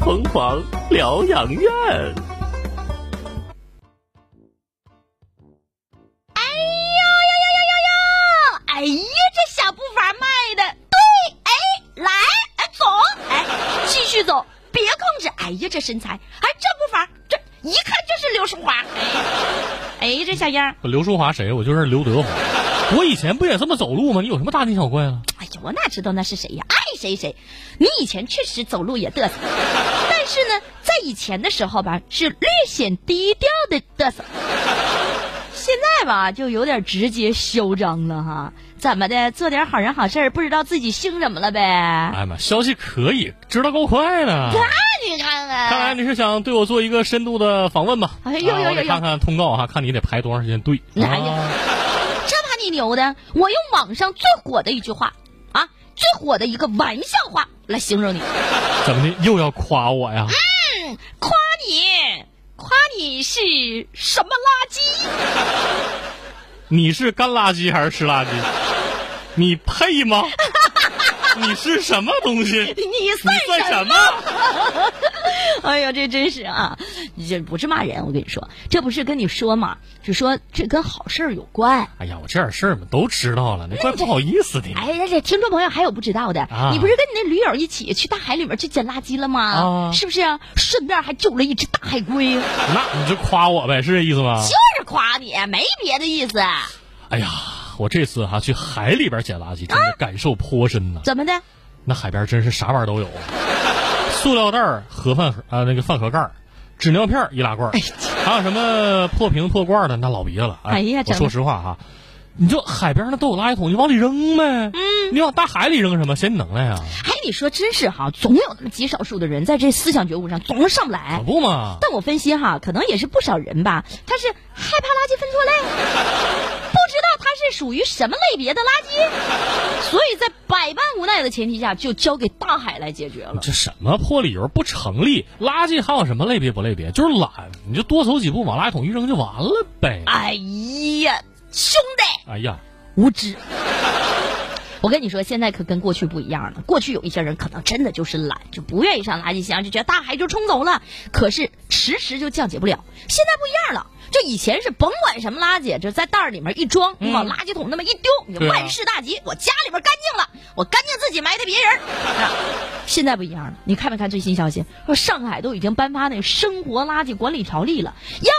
疯狂疗养院。哎呦呦呦呦呦呦！哎呀，这小步伐迈的，对，哎，来，哎，走，哎，继续走，别控制。哎呀，这身材，哎，这步伐，这一看就是刘淑华。哎，哎这小样儿，刘淑华谁？我就认识刘德华。我以前不也这么走路吗？你有什么大惊小怪啊？哎呀，我哪知道那是谁呀、爱谁谁。你以前确实走路也嘚瑟，但是呢，在以前的时候吧，是略显低调的嘚瑟。现在吧，就有点直接嚣张了哈。怎么的，做点好人好事儿，不知道自己姓什么了呗？哎呀妈，消息可以，知道够快的。那啊你看看，看来你是想对我做一个深度的访问吧？哎呦啊呦我得呦呦看看通告哈、看你得排多长时间队。哎呀啊，这把你牛的！我用网上最火的一句话啊，最火的一个玩笑话来形容你。怎么的又要夸我呀？夸你，夸你是什么垃圾？你是干垃圾还是湿垃圾？你配 吗？你是什么东西？你你算算什什么？ 哎呀，这真是啊，这不是骂人，我跟你说，这不是跟你说嘛，是说这跟好事儿有关。哎呀，我这点事儿嘛都知道了，你怪不好意思的。哎呀，这听众朋友还有不知道的，啊你不是跟你那驴友一起去大海里面去捡垃圾了吗？啊是不是、顺便还救了一只大海 龟，就那你就夸我呗，是这意思吗？是夸你，没别的意思。哎呀，我这次哈、去海里边捡垃圾，真的感受颇深呐、怎么的？哎那海边真是啥玩意儿都有，啊塑料袋儿、盒饭盒啊、那个饭盒盖儿、纸尿片儿易拉罐儿，还有什么破瓶破罐儿的，那老鼻子了。哎呀我整说实话哈、你就海边那都有垃圾桶，你往里扔呗。嗯，你往大海里扔什么？嫌你能耐啊？哎，你说真是哈，总有那么极少数的人在这思想觉悟上总是上不可来。不嘛。但我分析哈，可能也是不少人吧，他是害怕垃圾分错类， 不知道它是属于什么类别的垃圾，所以在百般无奈的前提下，就交给大海来解决了。这什么破理由不成立？垃圾还有什么类别不类别？就是懒，你就多走几步，往垃圾桶一扔就完了呗。哎呀，兄弟，哎呀，无知！ 我跟你说，现在可跟过去不一样了。过去有一些人可能真的就是懒，就不愿意上垃圾箱，就觉得大海就冲走了，可是迟迟就降解不了。现在不一样了，就以前是甭管什么垃圾，就在袋儿里面一装，你往垃圾桶那么一丢，你就嗯对啊万事大吉。我家里边干净了，我干净自己埋汰别人。啊现在不一样了，你看没看最新消息？说上海都已经颁发那生活垃圾管理条例了，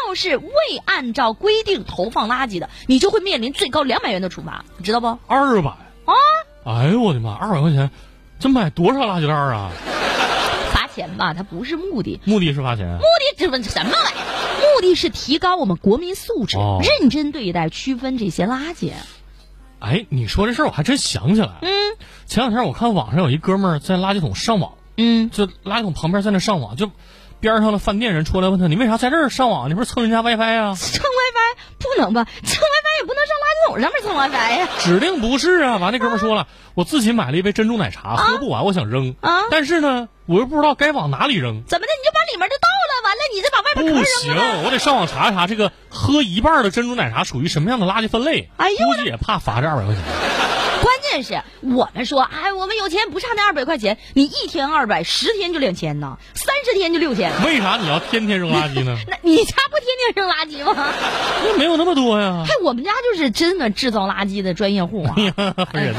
要是未按照规定投放垃圾的，你就会面临最高两百元的处罚，你知道不？二百啊！哎呦我的妈，二百块钱，这买多少垃圾袋儿啊？罚钱吧，它不是目的，目的是罚钱。目的这不什么玩意儿？目的是提高我们国民素质，哦认真对待区分这些垃圾。哎，你说这事儿我还真想起来了。嗯前两天我看网上有一哥们儿在垃圾桶上网，嗯，就垃圾桶旁边在那上网，就边上的饭店人出来问他：“你为啥在这儿上网？你不是蹭人家 WiFi 啊蹭 WiFi 不能吧？蹭 WiFi 也不能上垃圾桶上面蹭 WiFi 呀？”？指定不是啊！完，那哥们儿说了：“我自己买了一杯珍珠奶茶，喝不完，我想扔啊，但是呢，我又不知道该往哪里扔。怎么的？你就把里面的倒了，完了你再把外不面壳行扔了。，我得上网查一查这个喝一半的珍珠奶茶属于什么样的垃圾分类。哎呦估计也怕罚这二百块钱。关键是我们说，哎，我们有钱不差那二百块钱，你一天二百，十天就两千呢，三十天就六千。为啥你要天天扔垃圾 呢？那你家不天天扔垃圾吗？ 那没有那么多 呀哎。，我们家就是真的制造垃圾的专业户啊。烦人。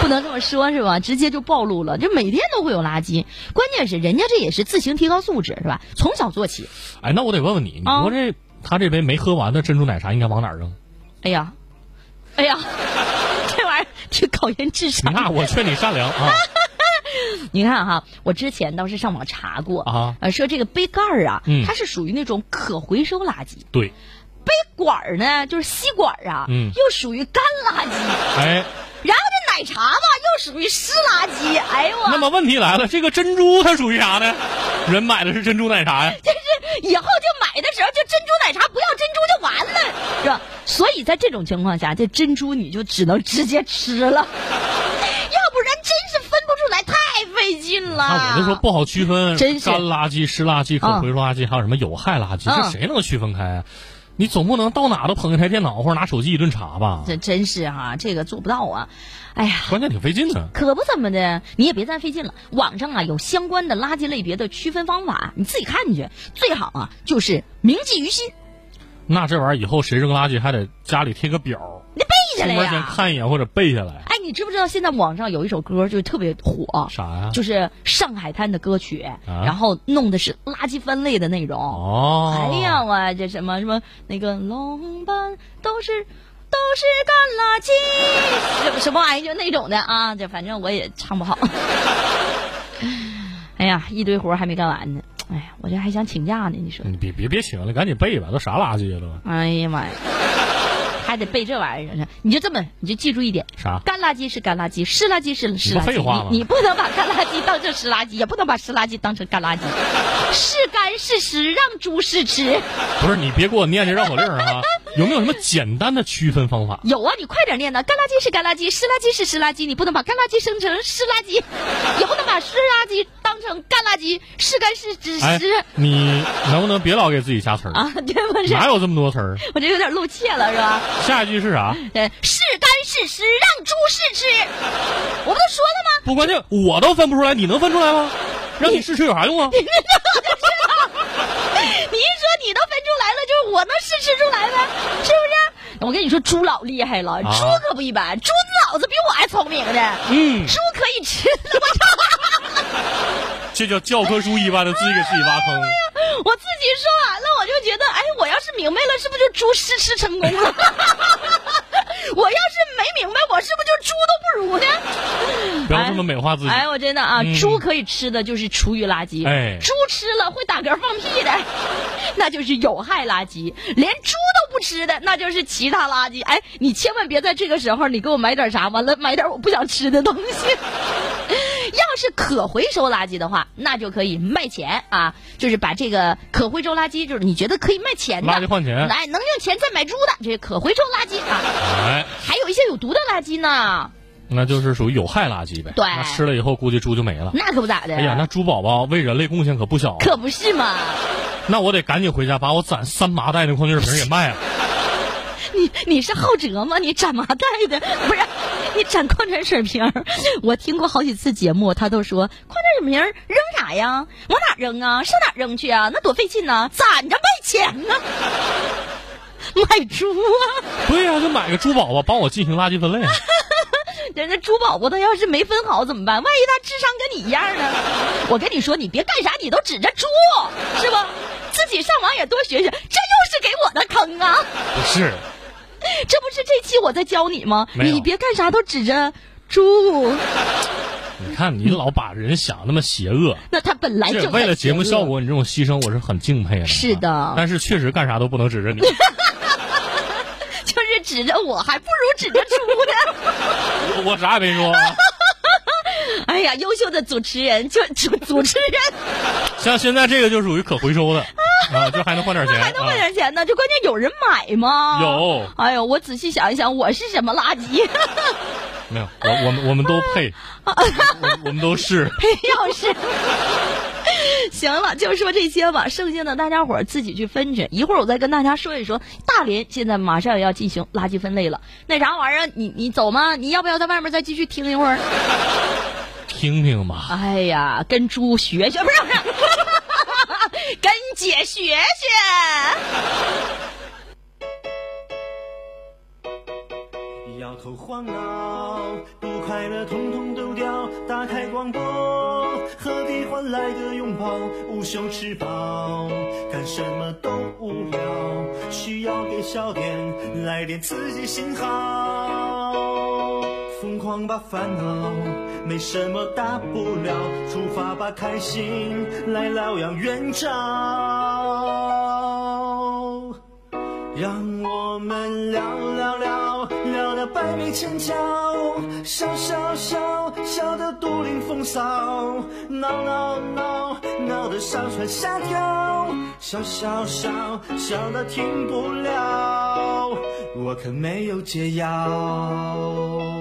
不能这么说，是吧？直接就暴露了，这每天都会有垃圾。关键是人家这也是自行提高素质，是吧？从小做起。哎，那我得问问你，你啊说这、他这杯没喝完的珍珠奶茶应该往哪儿 扔？哎呀，哎呀， 这玩意儿挺考验智商的。那我劝你善良 啊！你看哈，我之前倒是上网查过嗯啊，呃，说这个杯盖儿啊，嗯它是属于那种可回收垃圾；对，杯管儿呢，就是吸管儿啊，嗯又属于干垃圾；哎，然后这奶茶吧，又属于湿垃圾。哎呦那我，么问题来了，这个珍珠它属于啥呢？人买的是珍珠奶茶 呀，以后就买的时候就珍珠奶茶，不要珍珠就完了，是吧？所以在这种情况下，这珍珠你就只能直接吃了，要 不然真是分不出来，太费劲了。那我就说不好区分，真是干垃圾、湿垃圾、可嗯回收垃圾，还有什么有害垃圾，嗯这谁能区分开啊？你总不能到哪都捧一台电脑或者拿手机一顿查吧？这真是哈、这个做不到啊！哎呀，关键挺费劲的。可不怎么的，你也别再费劲了。网上啊有相关的垃圾类别的区分方法，你自己看去。最好啊就是铭记于心，那这玩意儿以后谁扔垃圾还得家里贴个表儿，你背下出来门前呀。看一眼或者背下来。哎，你知不知道现在网上有一首歌就特别火，啥呀？就是上海滩的歌曲，然后弄的是垃圾分类的内容。哦，哎呀，，我这什么什么那个龙班都是都是干垃圾，什什么玩意儿就那种的啊，这反正我也唱不好。 哎呀，一堆活儿还没干完呢，哎呀，我这还想请假呢，你说？你别别别请了，赶紧背吧，都啥垃圾呀都？哎呀妈呀，还得背这玩意儿呢，你就这么，你就记住一点。啥？干垃圾是干垃圾，湿垃圾是湿你不垃圾。废话吗你你不能把干垃圾当成湿垃圾，也不能把湿垃圾当成干垃圾。是干是湿，让猪是吃。不是你别给我念这绕口令儿啊！有没有什么简单的区分方法？有啊，你快点念呐！干垃圾是干垃圾，湿垃圾是湿垃圾，你不能把干垃圾生成湿垃 圾，也不能把湿垃圾当成干垃圾，是干是湿哎湿、，你能不能别老给自己加词儿？啊，对不是？哪有这么多词儿？我这有点露怯了，是吧？下一句是啥？对，是干是湿，让猪是 吃。我不都说了吗？ 不，关键我都分不出来，你能分出来吗？让你试吃有啥用啊？你一说你都分出来了，就是我能是吃出来呗，是不是？我跟你说，猪老厉害了，啊猪可不一般，猪脑子比我还聪明呢。嗯，猪可以吃，我操！这叫教科书一般的自己给自己挖坑。 我自己说完了，我就觉得，哎，我要是明白了，是不是就猪试吃成功了？ 我要是没明白，我是不是就猪都不如呢？不要这么美化自己。哎，我真的啊，嗯猪可以吃的就是厨余垃圾，哎猪吃了会打嗝放屁的， 那就是有害垃圾；连猪都不吃的，那就是其他垃圾。哎，你千万别在这个时候你给我买点啥，完了买点我不想吃的东西。 要是可回收垃圾的话，那就可以卖钱啊，就是把这个可回收垃圾，就是你觉得可以卖钱的，垃圾换钱哎，能用钱再买猪的，这是可回收垃圾啊，哎，还有一些有毒的垃圾呢，那就是属于有害垃圾呗。对那吃了以后估计猪就没了。那可不咋的。哎呀，那猪宝宝为人类贡献可不小啊。啊可不是嘛。那我得赶紧回家把我攒三麻袋那矿泉水瓶给卖了。 你你是好哲吗？你斩麻袋的不是？你斩矿泉水瓶儿？我听过好几次节目，他都说矿泉水瓶儿扔啥呀？往哪扔啊？上哪扔去啊？那多费劲呐、攒着卖钱呢、 卖猪啊！对呀、就买个猪宝宝帮我进行垃圾分类。人家猪宝宝他要是没分好怎么办？万一他智商跟你一样呢？我跟你说，你别干啥你都指着猪，是不？自己上网也多学学，这又是给我的坑啊！不是，这不是这期我在教你吗？没有你别干啥都指着猪，你看你老把人想那么邪恶，那他本来这就为了在节目邪恶效。果，你这种牺牲我是很敬佩的。啊是的但是确实干啥都不能指 着你。就是指着我，还不如指着猪呢。 我我啥也没说、啊。哎呀，优秀的主持人就主主持啊人像现在这个就属于可回收的啊，就还能换点钱。还能问啊、点钱呢，就关键有人买吗？有。哎呦，我仔细想一想，我是什么垃圾？没有，我我们我们都配， 我我们都是。要是。行了，就说这些吧，剩下的大家伙儿自己去分去。一会儿我再跟大家说一说，大连现在马上要进行垃圾分类了。那啥玩意儿，你你走吗？你要不要在外面再继续听一会儿？听听吧，哎呀，跟猪学学，不是不 是，跟姐学学。摇头晃脑，不快乐统统丢掉。打开广播，何必换来个拥抱？无休吃饱，干什么都无聊，需要给笑点来点刺激信号。疯狂吧烦恼，没什么大不了，出发吧开心，来疗养远照。让我们聊聊聊，聊得百媚千娇，笑笑笑，笑得独领风骚，闹闹闹，闹得上蹿下跳，笑笑笑，笑得停不了，我可没有解药。